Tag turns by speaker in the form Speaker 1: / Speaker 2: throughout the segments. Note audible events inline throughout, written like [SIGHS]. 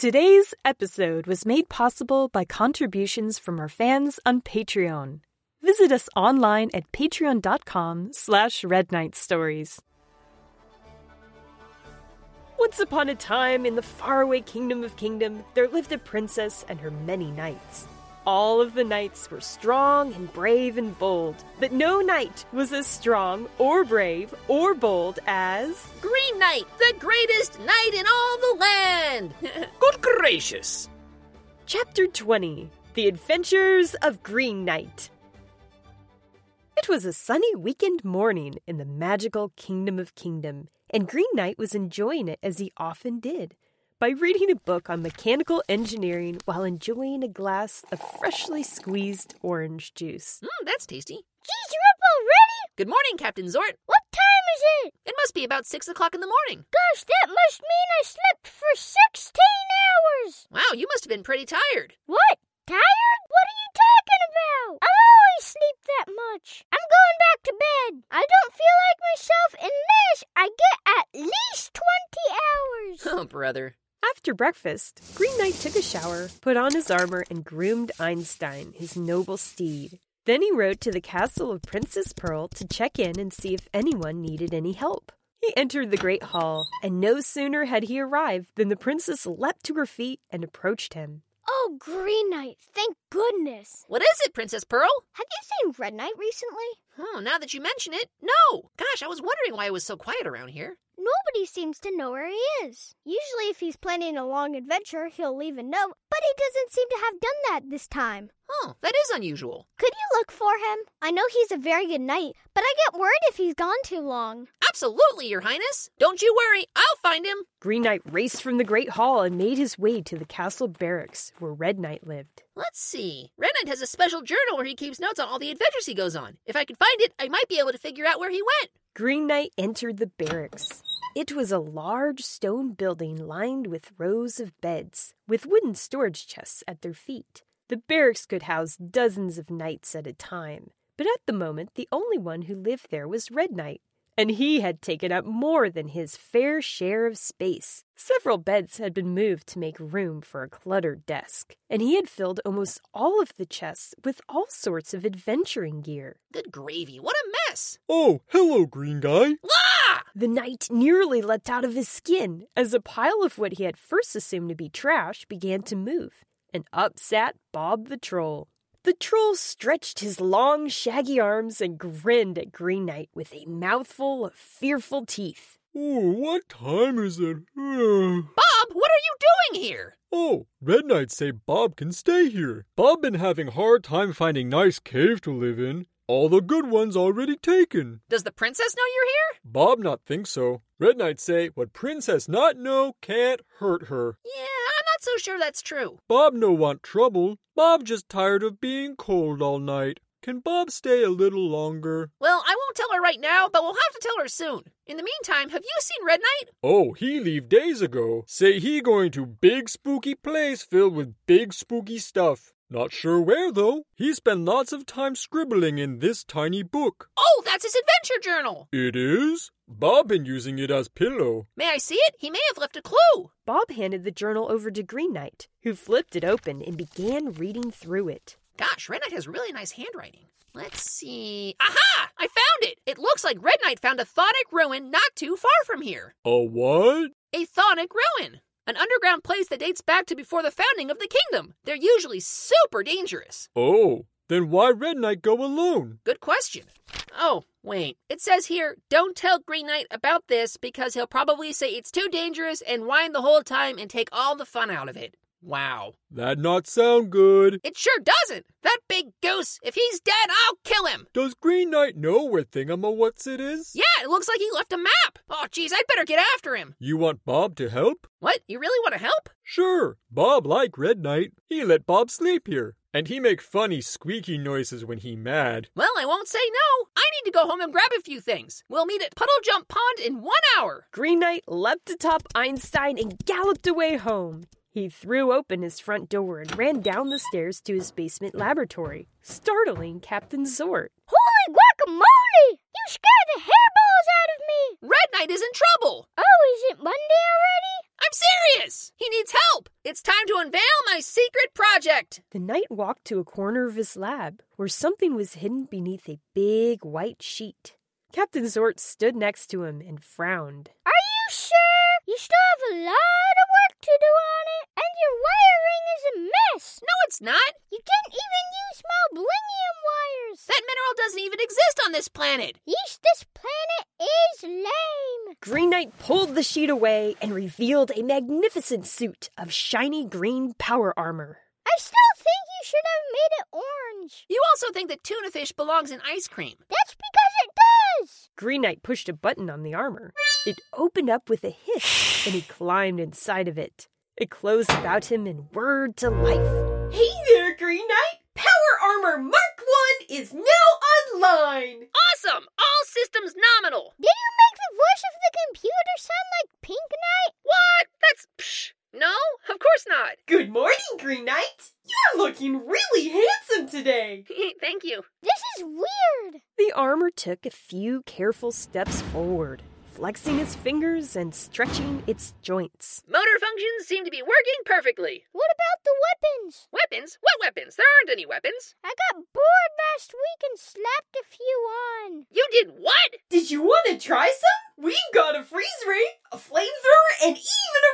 Speaker 1: Today's episode was made possible by contributions from our fans on Patreon. Visit us online at patreon.com slash Red Knight Stories. Once upon a time, in the faraway kingdom of Kingdom, there lived a princess and her many knights. All of the knights were strong and brave and bold, but no knight was as strong or brave or bold as.
Speaker 2: Green Knight, the greatest knight in all the land! [LAUGHS]
Speaker 3: Good gracious!
Speaker 1: Chapter 20 The Adventures of Green Knight. It was a sunny weekend morning in the magical Kingdom of Kingdom, and Green Knight was enjoying it as he often did by reading a book on mechanical engineering while enjoying a glass of freshly squeezed orange juice.
Speaker 2: Mm, that's tasty.
Speaker 4: Geez, you're up already?
Speaker 2: Good morning, Captain Zort.
Speaker 4: What time is it?
Speaker 2: It must be about six o'clock in the morning.
Speaker 4: Gosh, that must mean I slept for 16 hours.
Speaker 2: Wow, you must have been pretty tired. [LAUGHS]
Speaker 4: What? Tired? What are you talking about? I always sleep that much. I'm going back to bed. I don't feel like myself unless I get at least 20 hours.
Speaker 2: Oh, brother.
Speaker 1: After breakfast, Green Knight took a shower, put on his armor, and groomed Einstein, his noble steed. Then he rode to the castle of Princess Pearl to check in and see if anyone needed any help. He entered the great hall, and no sooner had he arrived than the princess leapt to her feet and approached him.
Speaker 4: Oh, Green Knight, thank goodness.
Speaker 2: What is it, Princess Pearl?
Speaker 4: Have you seen Red Knight recently?
Speaker 2: Oh, now that you mention it, no! Gosh, I was wondering why it was so quiet around here.
Speaker 4: Nobody seems to know where he is. Usually, if he's planning a long adventure, he'll leave a note, but he doesn't seem to have done that this time.
Speaker 2: Oh, that is unusual.
Speaker 4: Could you look for him? I know he's a very good knight, but I get worried if he's gone too long.
Speaker 2: Absolutely, Your Highness. Don't you worry, I'll find him.
Speaker 1: Green Knight raced from the great hall and made his way to the castle barracks where Red Knight lived.
Speaker 2: Let's see. Red Knight has a special journal where he keeps notes on all the adventures he goes on. If I can find it, I might be able to figure out where he went.
Speaker 1: Green Knight entered the barracks. It was a large stone building lined with rows of beds, with wooden storage chests at their feet. The barracks could house dozens of knights at a time, but at the moment the only one who lived there was Red Knight, and he had taken up more than his fair share of space. Several beds had been moved to make room for a cluttered desk, and he had filled almost all of the chests with all sorts of adventuring gear.
Speaker 2: Good gravy, what a mess!
Speaker 5: Oh, hello, green guy.
Speaker 2: Ah!
Speaker 1: The knight nearly leapt out of his skin as a pile of what he had first assumed to be trash began to move, and up sat Bob the Troll. The troll stretched his long, shaggy arms and grinned at Green Knight with a mouthful of fearful teeth.
Speaker 5: Oh, what time is it? [SIGHS] oh,
Speaker 2: Bob, what are you doing here?
Speaker 5: Red Knight say Bob can stay here. Bob been having hard time finding nice cave to live in. All the good ones already taken.
Speaker 2: Does the princess know you're here?
Speaker 5: Bob not think so. Red Knight say what princess not know can't hurt her.
Speaker 2: Yeah, I'm not so sure that's true.
Speaker 5: Bob no want trouble. Bob just tired of being cold all night. Can Bob stay a little longer?
Speaker 2: Well, I won't tell her right now, but we'll have to tell her soon. In the meantime, have you seen Red Knight?
Speaker 5: Oh, he leave days ago. Say he going to big spooky place filled with big spooky stuff. Not sure where though. He spent lots of time scribbling in this tiny book.
Speaker 2: Oh, that's his adventure journal.
Speaker 5: It is? Bob been using it as pillow.
Speaker 2: May I see it? He may have left a clue.
Speaker 1: Bob handed the journal over to Green Knight, who flipped it open and began reading through it.
Speaker 2: Gosh, Red Knight has really nice handwriting. Let's see. Aha! I found it! It looks like Red Knight found a thonic ruin not too far from here.
Speaker 5: A what?
Speaker 2: A thonic ruin! An underground place that dates back to before the founding of the kingdom. They're usually super dangerous.
Speaker 5: Oh, then why Red Knight go alone?
Speaker 2: Good question. Oh, wait. It says here, don't tell Green Knight about this because he'll probably say it's too dangerous and whine the whole time and take all the fun out of it. Wow.
Speaker 5: That not sound good.
Speaker 2: It sure doesn't. That big goose, if he's dead, I'll kill him.
Speaker 5: Does Green Knight know where Thingamawhat's it is?
Speaker 2: Yeah, it looks like he left a map. Oh, geez, I'd better get after him.
Speaker 5: You want Bob to help?
Speaker 2: What? You really want to help?
Speaker 5: Sure, Bob like Red Knight. He let Bob sleep here, and he make funny squeaky noises when he mad.
Speaker 2: Well, I won't say no. I need to go home and grab a few things. We'll meet at Puddle Jump Pond in one hour.
Speaker 1: Green Knight leapt atop Einstein and galloped away home. He threw open his front door and ran down the stairs to his basement laboratory, startling Captain Zort.
Speaker 4: Holy guacamole! You scared the hairballs out of me!
Speaker 2: Red Knight is in trouble.
Speaker 4: Oh, is it Monday already?
Speaker 2: I'm serious! He needs help! It's time to unveil my secret project!
Speaker 1: The knight walked to a corner of his lab where something was hidden beneath a big white sheet. Captain Zort stood next to him and frowned.
Speaker 4: Are you sure? You still have a lot of work to do on it, and your wiring is a mess.
Speaker 2: No, it's not!
Speaker 4: You didn't even use molybdenum wires.
Speaker 2: That mineral doesn't even exist on this planet!
Speaker 4: Yeesh, this planet is lame.
Speaker 1: Green Knight pulled the sheet away and revealed a magnificent suit of shiny green power armor.
Speaker 4: I still think you should have made it orange.
Speaker 2: You also think that tuna fish belongs in ice cream.
Speaker 4: That's because it does.
Speaker 1: Green Knight pushed a button on the armor. It opened up with a hiss,
Speaker 6: [SIGHS]
Speaker 1: and he climbed inside of it. It closed about him and whirred to life.
Speaker 6: Hey there, Green Knight! Power Armor Mark 1 is now online!
Speaker 2: Awesome! All systems nominal!
Speaker 4: Did you make the voice of the computer sound like Pink Knight?
Speaker 2: What? That's. Psh. No, of course not. [LAUGHS]
Speaker 6: Good morning, Green Knight! You're looking really handsome today!
Speaker 2: Thank you.
Speaker 4: This is weird.
Speaker 1: The armor took a few careful steps forward, flexing its fingers and stretching its joints.
Speaker 2: Motor functions seem to be working perfectly.
Speaker 4: What about the weapons?
Speaker 2: Weapons? What weapons? There aren't any weapons.
Speaker 4: I got bored last week and slapped a few on.
Speaker 2: You did what?
Speaker 6: Did you want to try some? We've got a freeze ray, a flamethrower, and even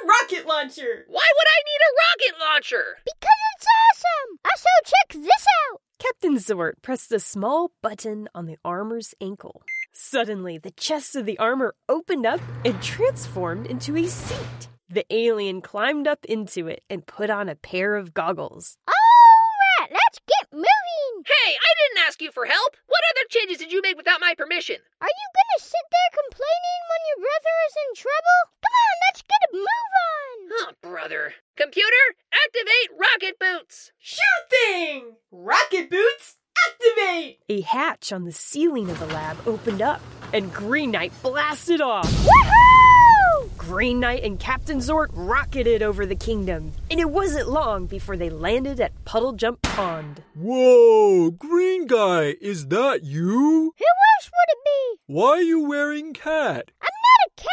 Speaker 6: a rocket launcher!
Speaker 2: Why would I need a rocket launcher?
Speaker 4: Because it's awesome. Also, check this out.
Speaker 1: Captain Zort pressed a small button on the armor's ankle. Suddenly, the chest of the armor opened up and transformed into a seat. The alien climbed up into it and put on a pair of goggles.
Speaker 4: All right, let's get moving.
Speaker 2: Hey, I didn't ask you for help. What other changes did you make without my permission?
Speaker 4: Are you gonna sit there complaining when your brother is in trouble? Come on, let's get a move on.
Speaker 2: Oh, brother. Computer, activate rocket boots.
Speaker 6: Sure thing! Rocket boots, activate!
Speaker 1: A hatch on the ceiling of the lab opened up, and Green Knight blasted off.
Speaker 4: Woohoo!
Speaker 1: Green Knight and Captain Zort rocketed over the kingdom, and it wasn't long before they landed at Puddle Jump Pond.
Speaker 5: Whoa, green guy, is that you?
Speaker 4: Who else would it be?
Speaker 5: Why are you wearing cat?
Speaker 4: I'm not a cat.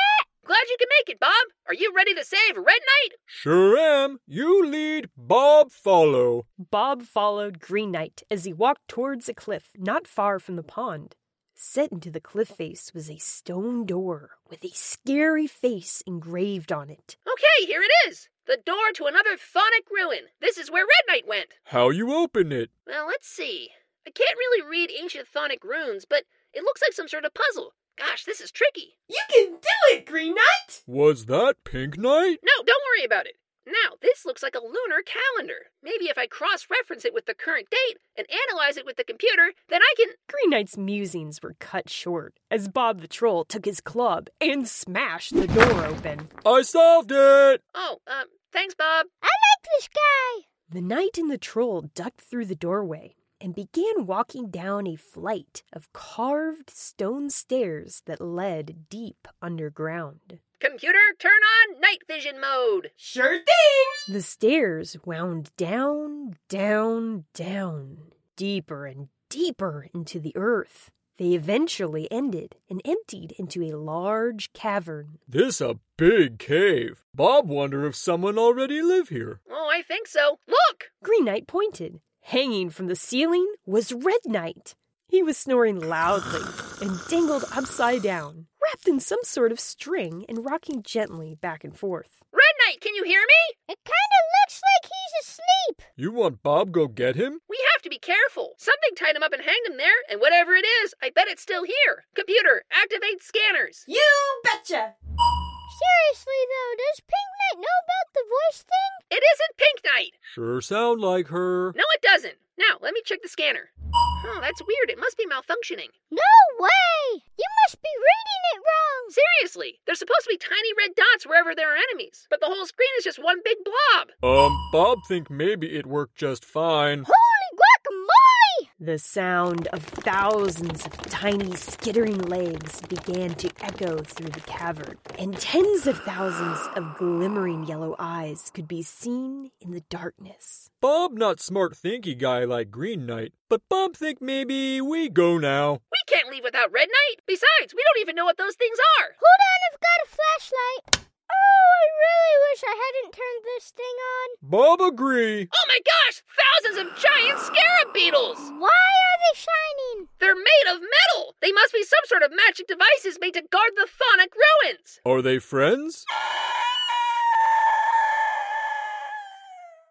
Speaker 2: Glad you can make it, Bob. Are you ready to save Red Knight?
Speaker 5: Sure am. You lead, Bob follow.
Speaker 1: Bob followed Green Knight as he walked towards a cliff not far from the pond. Set into the cliff face was a stone door with a scary face engraved on it.
Speaker 2: Okay, here it is. The door to another phonic ruin. This is where Red Knight went.
Speaker 5: How you open it?
Speaker 2: Well, let's see. I can't really read ancient phonic runes, but it looks like some sort of puzzle. Gosh, this is tricky.
Speaker 6: You can do it, Green Knight!
Speaker 5: Was that Pink Knight?
Speaker 2: No, don't worry about it. Now, this looks like a lunar calendar. Maybe if I cross reference it with the current date and analyze it with the computer, then I can.
Speaker 1: Green Knight's musings were cut short as Bob the Troll took his club and smashed the door open.
Speaker 5: I solved it!
Speaker 2: Oh, um, thanks, Bob.
Speaker 4: I like this guy.
Speaker 1: The knight and the troll ducked through the doorway and began walking down a flight of carved stone stairs that led deep underground.
Speaker 2: Computer, turn on night vision mode.
Speaker 6: Sure thing!
Speaker 1: The stairs wound down, down, down, deeper and deeper into the earth. They eventually ended and emptied into a large cavern.
Speaker 5: This a big cave. Bob wonder if someone already live here.
Speaker 2: Oh, I think so. Look!
Speaker 1: Green Knight pointed. Hanging from the ceiling was Red Knight. He was snoring loudly and dangled upside down, wrapped in some sort of string and rocking gently back and forth.
Speaker 2: Red Knight, can you hear me?
Speaker 4: It kind of looks like he's asleep.
Speaker 5: You want Bob go get him?
Speaker 2: We have to be careful. Something tied him up and hanged him there, and whatever it is, I bet it's still here. Computer, activate scanners.
Speaker 6: You betcha!
Speaker 4: Seriously though, does Pink Knight know about the voice thing?
Speaker 2: It isn't Pink Knight.
Speaker 5: Sure sound like her.
Speaker 2: No, it doesn't. Now, let me check the scanner. Oh, that's weird. It must be malfunctioning.
Speaker 4: No way! You must be reading it wrong.
Speaker 2: Seriously, there's supposed to be tiny red dots wherever there are enemies, but the whole screen is just one big blob.
Speaker 5: Um, Bob think maybe it worked just fine.
Speaker 4: Holy guacamole!
Speaker 1: The sound of thousands of tiny skittering legs began to echo through the cavern, and tens of thousands of glimmering yellow eyes could be seen in the darkness.
Speaker 5: Bob not smart thinky guy like Green Knight, but Bob think maybe we go now.
Speaker 2: We can't leave without Red Knight. Besides, we don't even know what those things are.
Speaker 4: Hold on, I've got a flashlight. Oh, I really wish I hadn't turned this thing on.
Speaker 5: Bob agree.
Speaker 2: Oh my gosh! Thousands of giant scarab beetles!
Speaker 4: Why are they shining?
Speaker 2: They're made of metal! They must be some sort of magic devices made to guard the Thonic ruins!
Speaker 5: Are they friends?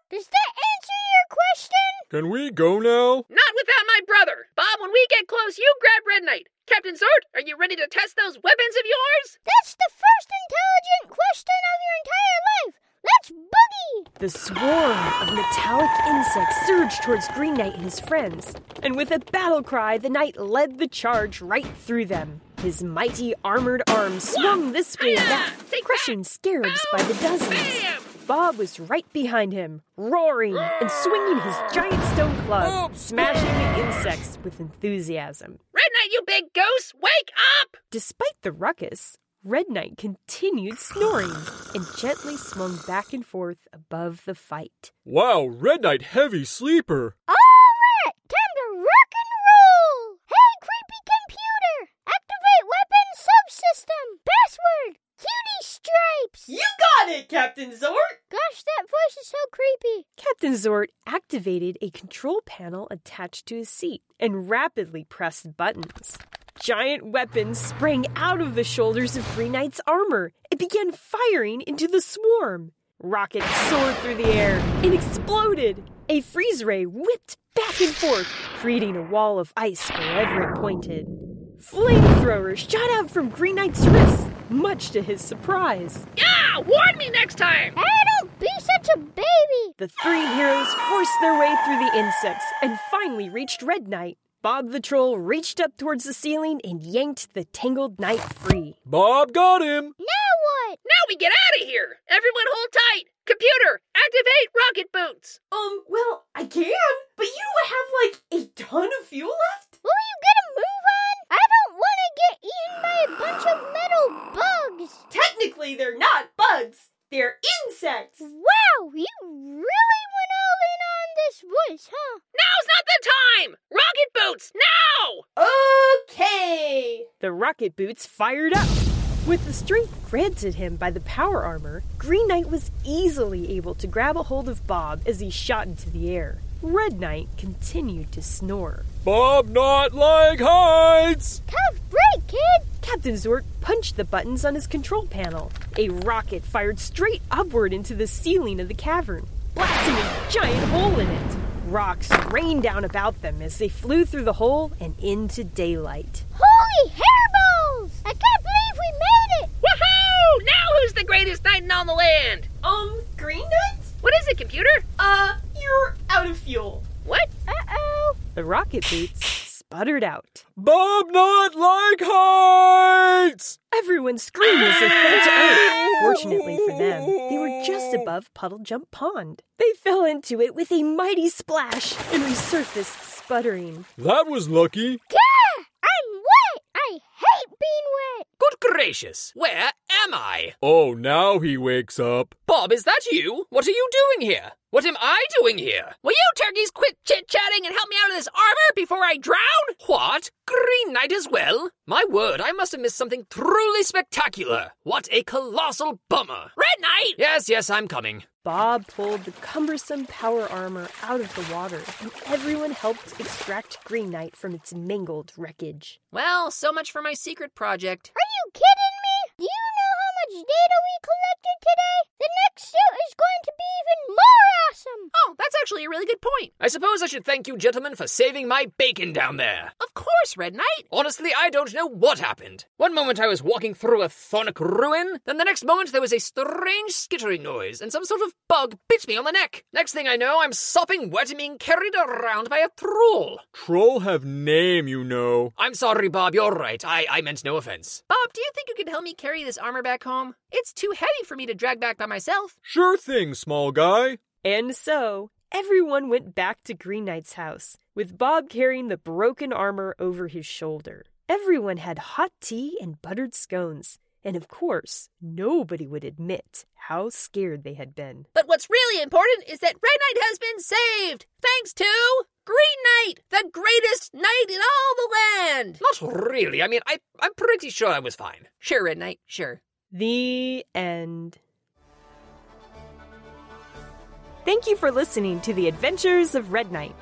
Speaker 4: Does that answer your question?
Speaker 5: Can we go now?
Speaker 2: Not without my brother! Bob, when we get close, you grab Red Knight! Captain Zart, are you ready to test those weapons of yours?
Speaker 4: That's the first intelligent question of your entire life. Let's boogie!
Speaker 1: The swarm of metallic insects surged towards Green Knight and his friends, and with a battle cry, the knight led the charge right through them. His mighty armored arm swung this way and that,
Speaker 2: Take
Speaker 1: crushing scarabs by the dozens.
Speaker 2: Bam!
Speaker 1: Bob was right behind him, roaring and swinging his giant stone club, smashing the insects with enthusiasm.
Speaker 2: Red Knight, you big goose, wake up!
Speaker 1: Despite the ruckus, Red Knight continued snoring and gently swung back and forth above the fight.
Speaker 5: Wow, Red Knight heavy sleeper.
Speaker 4: Alright, time to rock and roll! Hey, creepy computer! Activate weapon subsystem! Password! Cutie stripes!
Speaker 6: You got it, Captain Zort!
Speaker 4: Gosh, that voice is so creepy.
Speaker 1: Captain Zort activated a control panel attached to his seat and rapidly pressed buttons. Giant weapons sprang out of the shoulders of Green Knight's armor and began firing into the swarm. Rockets soared through the air and exploded. A freeze ray whipped back and forth, creating a wall of ice wherever it pointed. Flamethrowers shot out from Green Knight's wrists, much to his surprise.
Speaker 2: Yeah! Warn me next time!
Speaker 4: Hey, don't be such a baby!
Speaker 1: The three heroes forced their way through the insects and finally reached Red Knight. Bob the Troll reached up towards the ceiling and yanked the tangled knight free.
Speaker 5: Bob got him.
Speaker 4: Now what?
Speaker 2: Now we get out of here! Everyone hold tight! Computer, activate rocket boots!
Speaker 6: Um, well, I can, but you have like a ton of fuel left?
Speaker 4: Will you get a move on? I don't want to get eaten by a bunch of metal bugs.
Speaker 6: Technically, they're not bugs, they're insects!
Speaker 4: Wow, you really went all in on this voice, huh?
Speaker 2: Now's not the time! Rocket boots, now!
Speaker 6: Okay!
Speaker 1: The rocket boots fired up. With the strength granted him by the power armor, Green Knight was easily able to grab a hold of Bob as he shot into the air. Red Knight continued to snore.
Speaker 5: Bob not like heights.
Speaker 4: Tough break, kid.
Speaker 1: Captain Zork punched the buttons on his control panel. A rocket fired straight upward into the ceiling of the cavern, blasting a giant hole in it. Rocks rained down about them as they flew through the hole and into daylight.
Speaker 4: Holy hairballs! I can't believe we made it.
Speaker 2: Woohoo! Now who's the greatest knight in all the land?
Speaker 6: Um, Green Knight?
Speaker 2: What is it, computer?
Speaker 6: Uh, you're out of fuel.
Speaker 2: What?
Speaker 4: Uh-oh.
Speaker 1: The rocket boots sputtered out.
Speaker 5: Bob not like heights.
Speaker 1: Everyone screamed as they fell to earth. Fortunately for them, they were just above Puddle Jump Pond. They fell into it with a mighty splash and resurfaced sputtering.
Speaker 5: That was lucky.
Speaker 4: Yeah, I'm wet. I hate being wet.
Speaker 3: Good gracious, where am I?
Speaker 5: Oh, now he wakes up.
Speaker 3: Bob, is that you? What are you doing here? What am I doing here?
Speaker 2: Will you turkeys quit chit chatting and help me out of this armor before I drown?
Speaker 3: What? Green Knight as well? My word, I must have missed something truly spectacular. What a colossal bummer.
Speaker 2: Red Knight!
Speaker 3: Yes, yes, I'm coming.
Speaker 1: Bob pulled the cumbersome power armor out of the water, and everyone helped extract Green Knight from its mingled wreckage.
Speaker 2: Well, so much for my secret project.
Speaker 4: Are you kidding me? Do you know how much data we collected today? The next suit is going to be even more awesome.
Speaker 2: Oh, that's actually a really good point.
Speaker 3: I suppose I should thank you gentlemen for saving my bacon down there.
Speaker 2: Of course, Red Knight!
Speaker 3: Honestly, I don't know what happened. One moment I was walking through a thonic ruin, then the next moment there was a strange skittering noise, and some sort of bug bit me on the neck. Next thing I know, I'm sopping wet and being carried around by a troll.
Speaker 5: Troll have name, you know.
Speaker 3: I'm sorry, Bob, you're right. I, I meant no offense.
Speaker 2: Bob, do you think you could help me carry this armor back home? It's too heavy for me to drag back by myself.
Speaker 5: Sure thing, small guy.
Speaker 1: And so, everyone went back to Green Knight's house, with Bob carrying the broken armor over his shoulder. Everyone had hot tea and buttered scones, and of course, nobody would admit how scared they had been.
Speaker 2: But what's really important is that Red Knight has been saved, thanks to Green Knight, the greatest knight in all the land.
Speaker 3: Not really. I mean, I, I'm pretty sure I was fine.
Speaker 2: Sure, Red Knight, sure.
Speaker 1: The end. Thank you for listening to The Adventures of Red Knight.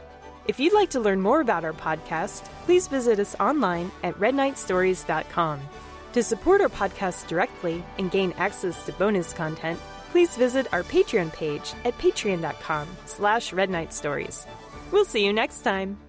Speaker 1: If you'd like to learn more about our podcast, please visit us online at redknightstories.com. To support our podcast directly and gain access to bonus content, please visit our Patreon page at patreon.com slash redknightstories. We'll see you next time.